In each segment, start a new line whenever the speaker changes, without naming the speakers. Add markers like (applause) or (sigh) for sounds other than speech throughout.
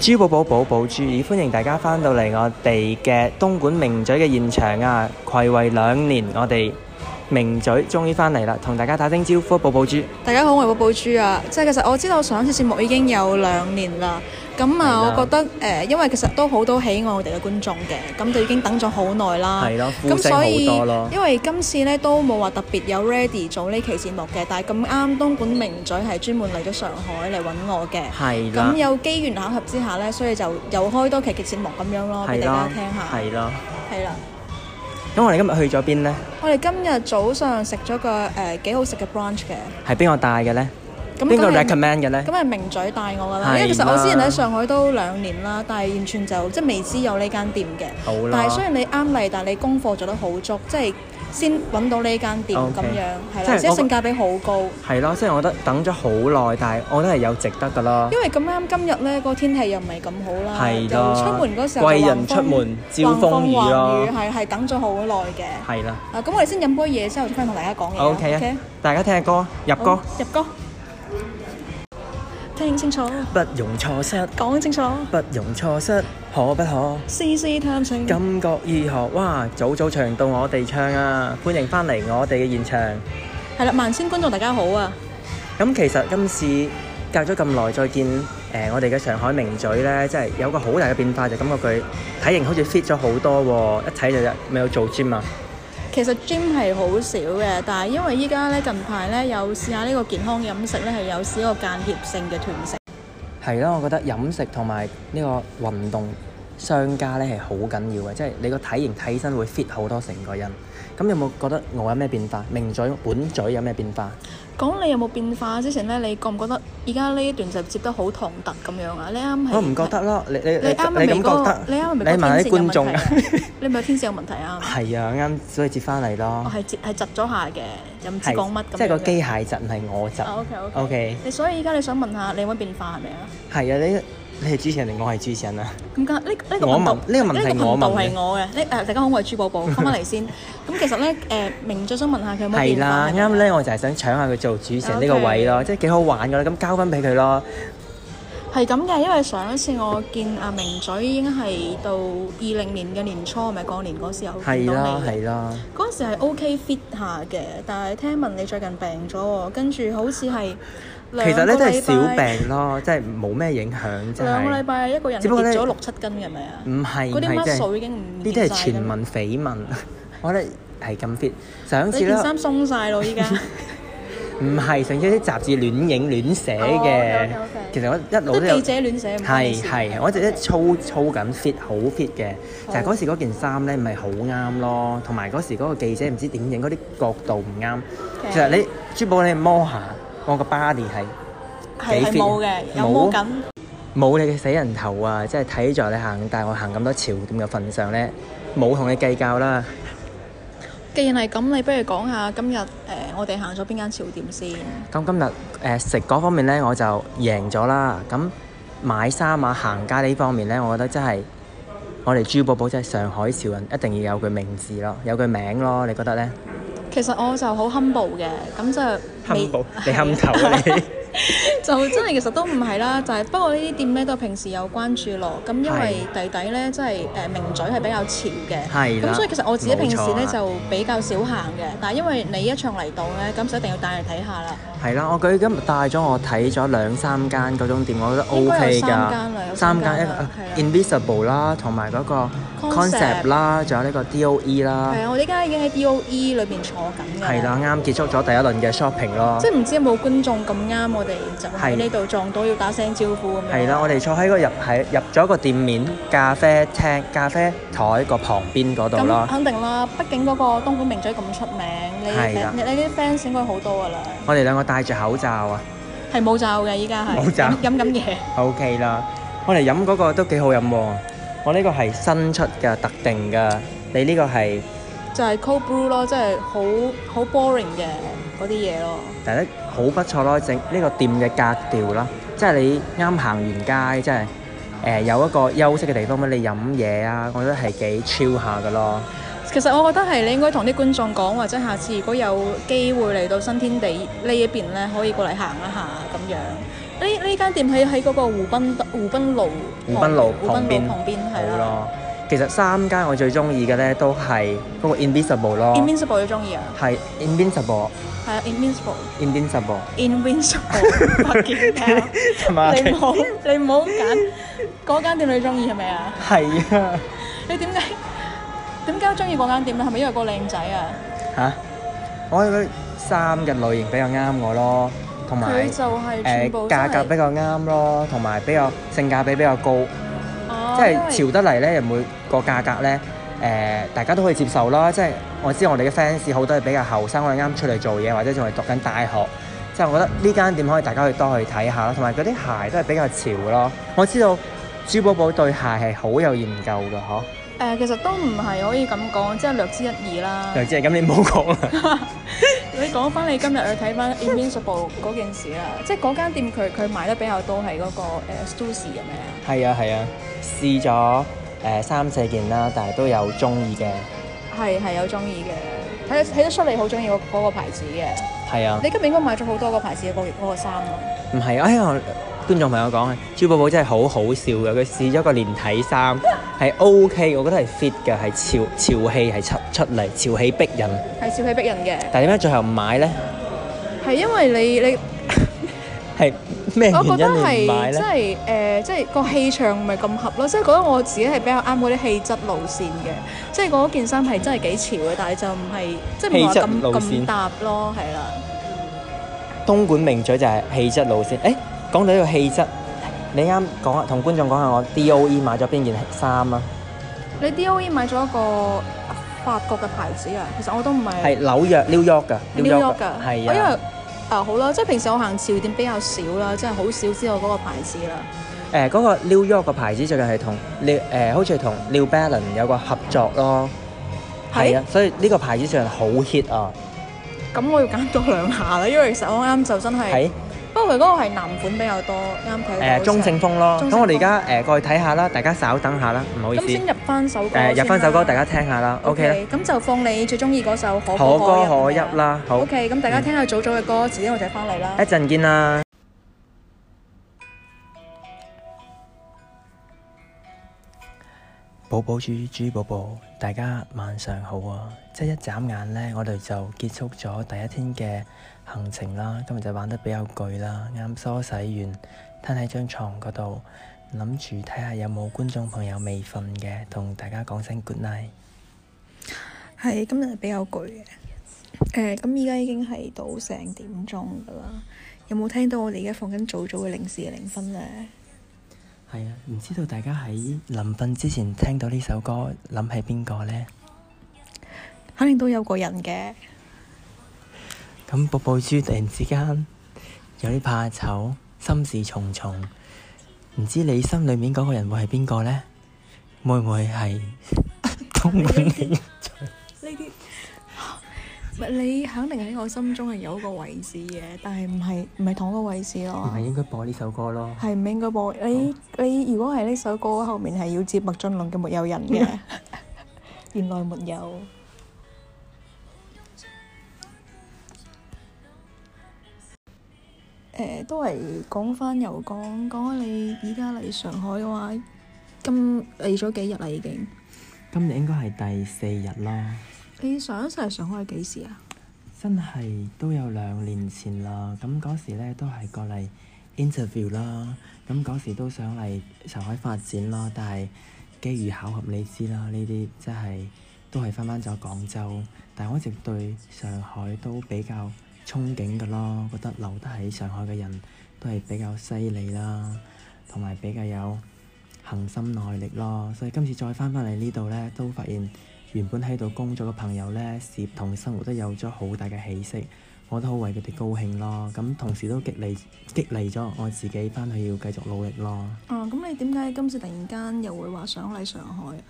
珠寶寶寶寶珠耳，歡迎大家翻到嚟我哋嘅東莞名嘴嘅現場啊！暌違兩年，我哋名嘴終於翻嚟啦，同大家打聲招呼，寶寶豬。
大家好，我係寶寶豬啊！即係其實我知道上一次節目已經有兩年啦，咁
係啦
啊，我覺得誒、呃因為其實都好多喜愛我哋嘅觀眾嘅，咁就已經等咗好耐啦。
係啊咯呼
啊咁
聲
所以
好多咯
因為今次咧都冇話特別有 ready 做呢期節目嘅，但係咁啱東莞名嘴係專門嚟咗上海嚟揾我嘅，
係啦
咁，有機緣巧合之下咧，所以就又開多期嘅節目咁樣咯，俾
係
大家
啦
聽，下。
係啦。
係啦，
咁我哋今日去咗邊呢？
我哋今日早上食咗個誒幾、好食嘅 brunch 嘅，
係邊個帶嘅呢？
咁
邊個
梗係
recommend 嘅呢？
咁係名嘴帶我㗎
係
啦，
啦
因為其實我之前喺上海都兩年啦，但係完全就即係未知有呢間店嘅。
好啦
但係雖然你啱嚟，但係你功課做得好足，即係先揾到呢間店
OK
咁樣，係
即係我
啦，而且性價比好高。
係咯，即係我覺得等咗好耐，但係我覺得係有值得㗎啦。
因為咁啱今日呢個天氣又唔係咁好啦，
係
又
啦
出門嗰時候就
貴
橫
人
風
出門招風雨咯
橫橫雨係係等咗好耐嘅。
係啦
啊，咁我哋先飲杯嘢之後，翻同大家講嘢啦。
，OK 啊，大家聽下歌啊，入
好
歌，
入歌，聽清楚，
不容錯失，
講清楚，
不容錯失，可不可？
試試探情。
感覺如何？哇！早早唱到我哋唱啊！歡迎翻嚟我哋嘅現場。
係啦，萬千觀眾大家好啊！
咁其實今次隔咗咁耐再見，誒、我哋嘅上海名嘴呢，真係有個好大嘅變化，就感覺佢體型好似 fit 咗好多喎、一睇就咪有做 gym 啊。
其實 gym 係好少嘅，但係因為依家咧近排咧有試下呢個健康飲食咧係有試一個間歇性嘅斷食。
係啦，我覺得飲食同埋呢個運動相加呢係好緊要嘅，即係你個體型睇起身會 fit 好多成個人。咁有冇覺得我有咩變化？名嘴本嘴有咩變化？
講你有冇變化之前咧，你覺唔覺得而家呢一段就接得好唐突咁樣啊？你啱係
我唔覺得咯，你你
你啱咪
你咁覺得？
你啱咪
你問啲觀眾
啊
啊？？
你咪有天線有問題啊？
係啊，啱，所以接翻嚟
我
咯。
係截係窒咗下嘅，又唔知
係
講乜咁樣嘅。
即係個機械窒，唔係我窒。
啊 OK OK。
OK，
你所以依家你想問下你有冇變化係咪啊？
係啊，你你係主持人定我係主持人啊？
咁梗呢呢個
我
頻道
問呢個問題
呢
我
頻道
問嘅
係我嘅。呢誒大家好，我係朱
(laughs)
寶寶，翻返嚟先。咁其實咧誒，明最想問下佢有冇
係
變化
啦，？啱咧，我就係想搶下佢做主持人呢個位咯，即係幾好玩噶啦，咁交翻俾佢咯。
係咁嘅，因為上一次我見阿明嘴已經係到二零年嘅年初，咪過年嗰時候見
係
到
啦，
你。
係啦，
嗰陣時係 OK fit 下嘅，但係聽聞你最近病咗喎，跟住好似係
其
兩
實
個
咧都係
禮
小
拜，
病咯，即係冇咩影響，即
兩個禮
係
拜一個人
只
跌
不過呢
咗六七斤嘅係咪啊？
唔係
嗰
唔
啲
係即
muscle
係
已經唔
呢啲係
見晒
傳
㗎啦
聞緋聞， (laughs) 我覺得係咁 fit。上
你
次
件
咧
衫鬆晒咯，依家。
唔係上次啲雜誌亂影亂寫
哦
嘅
，OK，OK，OK，
其實我一路
都
都有
記。者亂寫唔關你
係
事
係，我一直都操操緊 fit 好 fit 嘅，就
好
係嗰時嗰件衫咧唔係好啱咯，同埋嗰時嗰個記者唔知點影嗰啲角度唔啱。
Okay
其實你珠寶你摸下，我個 body 係
係係
幾 fit
冇嘅，有
冇啊
冇緊？
冇你嘅死人頭啊！即係睇在你行帶我行咁多潮店嘅份上咧，冇同你計較啦。
既然係咁，你不如講下今日誒、呃我哋行咗邊間潮店先。
咁今日誒、呃食嗰方面咧，我就贏咗啦。咁買衫啊、行街呢方面咧，我覺得真係我哋珠寶寶真係上海潮人，一定要有佢名字咯，有佢名咯。你覺得咧？
其實我就好 humble 嘅，咁就未
冚
(laughs)
布，你冚頭啊你！
就真係其實都唔係啦，就係、不過呢啲店咧都平時有關注咯。咁因為弟弟咧，即係誒名嘴係比較潮嘅，
係啦
咁所以其實我自己平時
冇錯
咧
啊
就比較少行嘅。但係因為你一場嚟到咧，咁就一定要帶你睇下啦。
(laughs) 係啦，我佢今日帶咗我睇咗兩三間嗰種店，我覺得
應該
OK
有三間啦
㗎。三
有三
間
間
一
啦啊
個呃 Invisible 啦，同埋嗰個
Concept
Concept 啦，仲有呢個 DOE 啦。
係啊，我哋而家已經喺 DOE 裏邊坐緊㗎。
係啦，啱結束咗第一輪嘅 shopping 咯
即。係唔知有冇觀眾咁啱，我哋就喺呢度撞到要打聲招呼咁樣。
係啦，我哋坐喺個入喺入咗個店面咖啡廳咖啡台個旁邊嗰度
咁
咯。
肯定啦，畢竟嗰個東莞名嘴咁出名，你
係啦
你你啲 fans 應該好多㗎啦。
我哋兩個戴住口罩啊
係冇罩嘅，依家係
冇罩
飲飲緊嘢。
，OK 啦。我哋飲嗰個都幾好飲喎。我呢個係新出嘅特定嘅，你呢個係
就係 cold brew 咯，即係好好 boring 嘅嗰啲嘢咯。
第一好不錯咯，整呢個店嘅格調啦，即係你啱行完街，即係誒、呃有一個休息嘅地方俾你飲嘢啊，我覺得係幾 chill 下嘅咯。
其實我覺得係你應該同啲觀眾講，或者下次如果有機會嚟到新天地呢一邊咧，可以過嚟行一下咁樣。呢呢間店喺喺嗰個湖濱湖濱路
湖濱路
湖
旁
濱
邊
路旁邊
好
係啊啦。
咯。其實三間我最中意嘅咧都係嗰個 Invisible 咯，
Invincible 你中意啊？
係 Invincible，Invincible，
係啊，Invincible，Invincible，不 (laughs) 見
係嘛？
(laughs) 你唔好你唔好揀嗰間店你中意係咪啊？
係啊，
你點解點解中意嗰間店咧？係咪因為個靚仔啊？
嚇！我覺得衫嘅類型比較啱我咯，同埋
佢就係全
誒
部都係
價格比較啱咯，同埋比較性價比比較高。
哦
即係
因為
潮得嚟咧，又每個價格咧，誒、大家都可以接受啦。即係我知我哋嘅 fans 好多係比較後生，我哋啱出嚟做嘢或者仲係讀緊大學，即係我覺得呢間店可以大家去多去睇下啦。同埋嗰啲鞋都係比較潮咯。我知道朱寶寶對鞋係好有研究㗎，嗬。
誒、其實都唔係可以咁講，即係略知一二啦。
梁姐，咁你唔好講啦。
你講翻你今日去睇翻 Invincible 嗰件事啦， (laughs) 即係嗰間店佢佢買得比較多係嗰、個、呃、Stussy 咁樣。
係啊係啊，試咗誒、三四件啦，但係都有中意嘅。
係係有中意嘅，睇得睇得出你好中意嗰嗰個牌子嘅。
係啊，
你今日應該買咗好多個牌子嘅嗰個嗰個衫咯。
唔係啊，哎呀，觀眾朋友講啊，朱寶寶真係好好笑嘅，佢試咗個連體衫係 OK，我覺得係 fit 嘅，係潮潮氣係出出嚟，潮氣逼人。
係小氣逼人嘅，
但係點解最後唔買呢？
係因為
(laughs)
你你，
係咩
我覺
原
得
因你唔買呢
係即？係誒、呃即係個氣場唔係咁合咯，即係覺得我自己係比較啱嗰啲氣質路線嘅，即係嗰件衫係真係幾潮嘅，但係就唔係即係唔係話
氣質
咁
路線
咁搭咯，係啦。
東莞名嘴就係氣質路線。誒，講到呢個氣質，你啱講啊，同觀眾講下我 DOE 買咗邊件衫啊？
你 DOE 買咗一個法國嘅牌子啊，其實我都唔係
係紐約 New York 㗎
New York 㗎，我因
係
為
啊。
啊好啦，即係平時我行潮店比較少啦，即係好少知道嗰個牌子啦。
誒嗰個 New York 個牌子最近係同 New 誒好似係同 New Balance 有個合作咯，
係
係啊，所以呢個牌子最近好 hit 啊，
咁我要揀多兩下啦，因為其實我啱就真係
係，啊
不過佢嗰個係男款比較多，啱睇到
誒中正
正。
風咯。
中正
咁
風
我哋而家誒過去睇下啦，大家稍等下啦，唔好意思
咁。先入翻首歌
誒入翻首歌，大
家
家聽下啦，OK 啦，。
咁就放你最中意嗰首《可
可
歌
歌可
可
泣
泣》。
啦，好，嗯
OK，咁大家聽下早早嘅歌，遲啲我哋翻嚟啦
一。陣見啦。寶寶豬豬寶寶，大家晚上好啊！即係一眨眼呢，我哋就結束咗第一天嘅行程啦。今日就玩得比較攰啦，啱梳洗完，攤喺張床嗰度，諗住睇下有冇觀眾朋友未瞓嘅，同大家講聲 good night。
係今日係比較攰嘅。誒，咁而家已經係到成點鐘㗎啦。有冇聽到我哋而家放緊早早嘅零時嘅零分咧？
係啊，唔知道大家喺臨瞓之前聽到呢首歌，諗起邊個呢？
肯定都有個人嘅。
咁卜卜豬突然之間有啲怕醜，心事重重，唔知你心裏面嗰個人會係邊個呢？會唔會係東莞你？
呢啲， (laughs) 唔係你肯定喺我心中係有一個位置嘅，但係唔係唔係同一個位置
唔 (laughs)
咯
係。應該播呢首歌咯。
係唔應該播你你如果係呢首歌後面係要接麥浚龍嘅《沒有人》嘅， (laughs) 原來沒有。誒、都係講翻又講，講開你而家嚟上海嘅話，今嚟咗幾日啦已經。
今日應該係第四日啦，
你上一次嚟上海係幾時啊？
真係都有兩年前啦。咁嗰時呢都係過嚟 interview 啦，咁嗰時都想嚟上海發展啦，但係機遇巧合你知啦，呢啲真係都係翻返咗廣州，但係我一直對上海都比較憧憬㗎咯，覺得留得喺上海嘅人都係比較犀利啦，同埋比較有恒心耐力咯，所以今次再翻返嚟呢度呢，都發現原本喺度工作嘅朋友呢，事業同生活都有咗好大嘅起色。我都好為佢哋高興咯，咁同時都激勵激勵咗我自己翻去要繼續努力咯。
啊，咁你點解今次突然間又會話想嚟上海啊？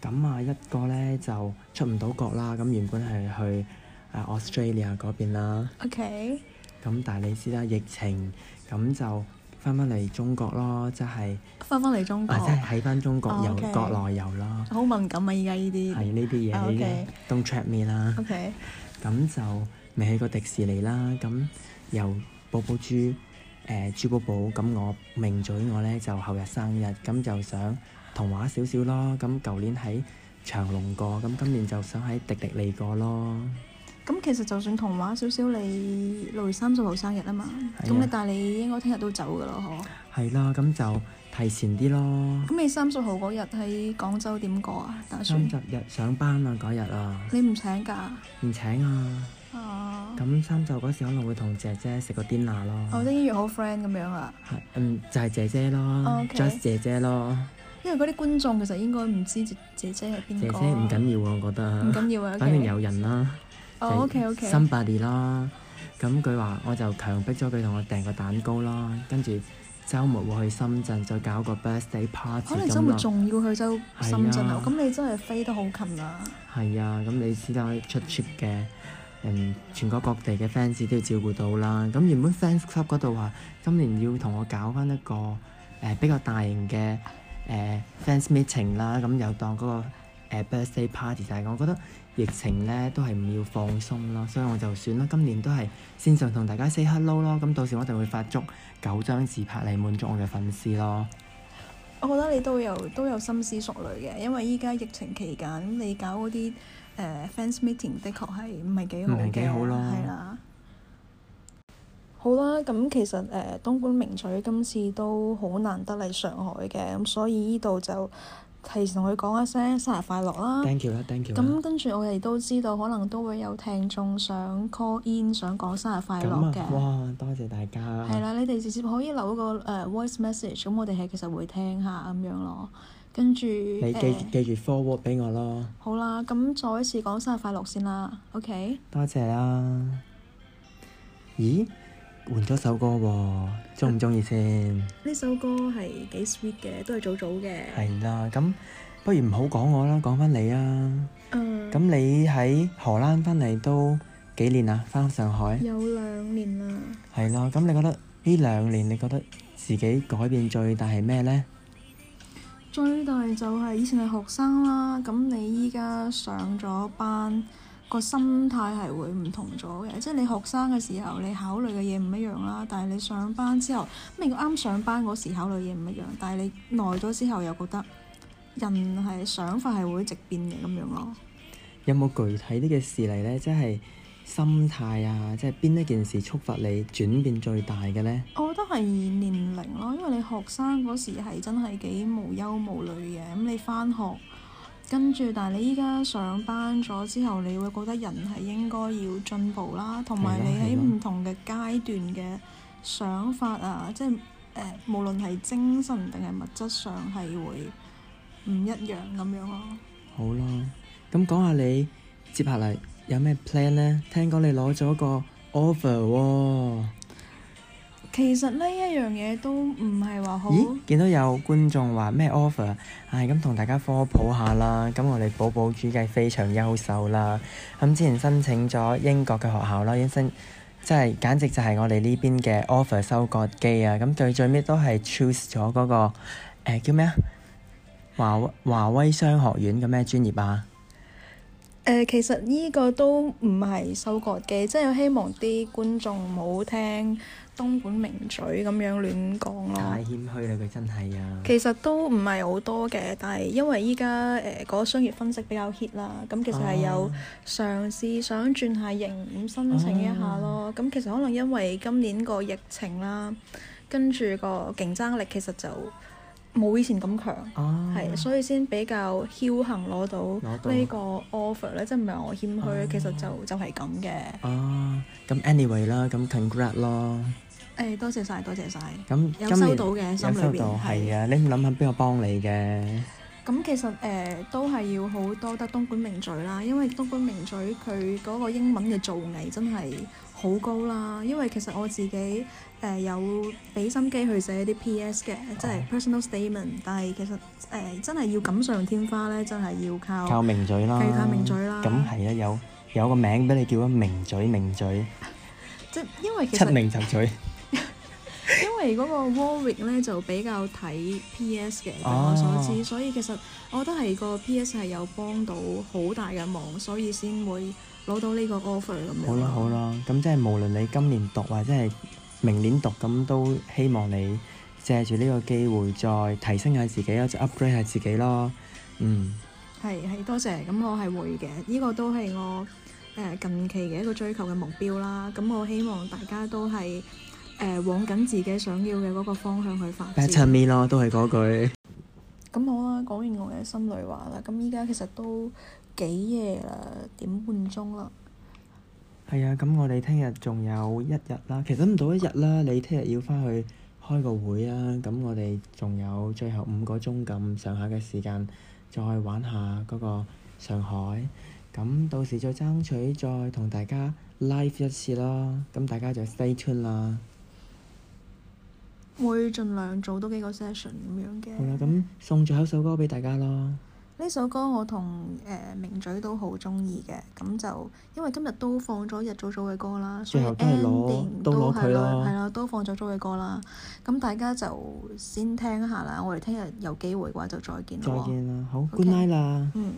咁啊，一個呢就出唔到國啦，咁原本係去啊 Australia 嗰邊啦，
OK，
咁但係你知啦，疫情咁就翻返嚟中國咯，即係
翻返嚟中國
啊，，即係喺翻中國
哦
遊
OK
國內遊啦，
好敏感啊！依家呢
係
啲。
呢啲
啊
嘢呢
，OK
啲 don't trap me 啦。
OK，
咁就未去過迪士尼啦。咁由寶寶豬誒朱寶寶，咁我命嘴我咧就後日生日，咁就想童話少少咯。咁舊年喺長隆過，咁今年就想喺迪迪嚟過咯。
咁其實就算童話少少，你六月三十號生日啊嘛，
係
咁
啊
你但係你應該聽日都走噶咯，嗬？
係啦，咁就提前啲咯。
咁你三十號嗰日喺廣州點過啊？打
三
算
十日上班啊，嗰日啊，
你唔請假
唔請啊。
啊？
咁三就嗰時可能會同姐姐食個 dinner
我
咯。
啲約好 friend 咁樣啊，
係嗯，就係姐姐咯
哦 OK
，just 姐姐咯。
因為嗰啲觀眾其實應該唔知姐姐姐係邊
姐
個
姐
啊，
唔緊要啊，我覺
唔
得，
緊要啊，
反正
OK
有人啦。
哦，OK OK，
Somebody 啦，咁佢話我就強迫咗佢同我訂個蛋糕啦，跟住週末會去深圳再搞個 birthday
可
party
能周
咁
末
咯。
仲要去周深圳
係
啊
啊！
咁你真係飛得好近啦，
係啊，咁你知啦，出 trip 嘅嗯全國各地嘅 fans 都要照顧到啦。咁原本 fans club 嗰度話今年要同我搞翻一個誒、呃比較大型嘅誒、呃 fans meeting 啦，咁又當嗰、個、呃 birthday party，但係我覺得疫情咧都係唔要放鬆咯，所以我就算啦，今年都係線上同大家 say hello 咯。咁到時我一定會發足九張自拍嚟滿足我嘅粉絲咯。
我覺得你都有都有深思熟慮嘅，因為依家疫情期間，咁你搞嗰啲誒 fans meeting 的確係唔係幾好
唔係幾
嘅，
好咯
係啦。好啦，咁其實誒、呃、東莞名嘴今次都好難得嚟上海嘅，咁所以呢度就提前同佢講一聲生日快樂啦。
Thank you 啦，Thank you 啊啦
哦咁。跟住我哋都知道，可能都會有聽眾想 call in 想講生日快
咁
樂
啊
嘅。，
哇！多謝大家。
係啦，你哋直接可以留一個誒、呃 voice message，咁我哋係其實會聽下咁樣咯。跟住
你
誒、
記記住 forward 俾我咯，
好啦，咁再一次講生日快樂先啦，OK？
多謝啦。咦，換咗首歌喎，中唔中意先？
呢首歌係幾 sweet 嘅，都係早早嘅。
係啦，咁不如唔好講我啦，講翻你啊。
嗯
咁你喺荷蘭翻嚟都幾年啊？翻上海
有兩年啦。
係啦，咁你覺得呢兩年你覺得自己改變最大係咩呢？
最大就係以前係學生啦，咁你依家上咗班，個心態係會唔同咗嘅。即係你學生嘅時候，你考慮嘅嘢唔一樣啦，但係你上班之後，咁你啱上班嗰時考慮嘢唔一樣，但係你耐咗之後又覺得人係想法係會直變嘅咁樣咯。
有冇具體啲嘅事嚟呢？即係心態啊，即係邊一件事觸發你轉變最大嘅呢？
我覺得係年齡咯，因為你學生嗰時係真係幾無憂無慮嘅，咁你返學，跟住但係你依家上班咗之後，你會覺得人係應該要進步啦，同埋
係啦啊
你
係
喺
啦
唔同嘅階段嘅想法啊，即係誒、呃，無論係精神定係物質上係會唔一樣咁樣咯。
好啦，咁講下你接下嚟有咩 plan 呢？聽講你攞咗個 offer 喎、
其實呢一樣嘢都唔係話好。
咦？見到有觀眾話咩 offer 啊？唉，咁同大家科普下啦。咁我哋寶寶豬計非常優秀啦。咁之前申請咗英國嘅學校啦，已經申即係簡直就係我哋呢邊嘅 offer 收割機啊！咁最最尾都係 choose 咗嗰、個、呃、叫咩啊？華威華威商學院嘅咩專業啊？
誒、呃其實呢個都唔係收割嘅，即係希望啲觀眾唔好聽東莞名嘴咁樣亂講咯
太。謙虛啦，佢真係啊！
其實都唔係好多嘅，但係因為依家誒嗰個商業分析比較 hit 啦，咁
Ờ,
其實係有
啊
嘗試想轉下型咁申請一下咯。咁、其實可能因為今年個疫情啦，跟住個競爭力其實就冇以前咁強。
哦，
係，所以先比較僥倖攞到
攞到
呢個 offer 咧，即係唔係話我謙虛，
哦
其實就就係咁嘅。誒、
哦，咁 anyway 啦，咁 congrat 咯，
多謝晒，多謝晒。
咁今
有
年
收到嘅心
有收
裏邊
到，係
係。
啊，你唔諗下邊個幫你嘅？
咁其實誒、都係要好多得東莞名嘴啦，因為東莞名嘴佢嗰個英文嘅造詣真係好高啦。因為其實我自己誒、有俾心機去寫啲 P.S. 嘅，
哦
即係 personal statement，但係其實誒、真係要錦上添花咧，真係要
靠名嘴啦，
計靠名嘴啦
咁係啊，有有個名俾你叫啊，名嘴名嘴，
即係因為其
七
實。
名就嘴，
因為嗰個 Warwick 咧就比較睇 PS 嘅，據
哦
我所知，所以其實我覺得係個 PS 係有幫到好大嘅忙，所以先會攞到呢個 offer 咁樣。
好啦好。啦，咁即係無論你今年讀或者係明年讀，咁都希望你借住呢個機會再提升下自己啦，即係 upgrade 下自己啦。嗯，
係係多謝，咁我係會嘅，呢、個都係我誒、呃近期嘅一個追求嘅目標啦。咁我希望大家都係誒、呃往緊自己想要嘅嗰個方向去發
better
展。
me 咯，都係嗰句。
咁好啦，講完我嘅心裏話啦。咁依家其實都幾夜啦，點半鐘啦。
係啊，咁我哋聽日仲有一日啦，其實唔到一日啦，你聽日要翻去開個會啊，咁我哋仲有最後五個鐘咁上下嘅時間，再玩下嗰個上海，咁到時再爭取再同大家 live 一次啦，咁大家就 stay tuned 啦。
會盡量做多幾個 session 咁樣嘅。
好啦，啊咁送最後一首歌俾大家咯。
呢首歌我同誒、呃明嘴都好中意嘅，咁就因為今日都放咗日早早嘅歌啦，所以
最後都係攞
ending
都攞
係
佢啦
啦，係啦，都放咗早嘅歌啦。咁大家就先聽下啦，我哋聽日有機會嘅話就再見
再
咯喎。
見啦，好
OK
good night 啦。
嗯，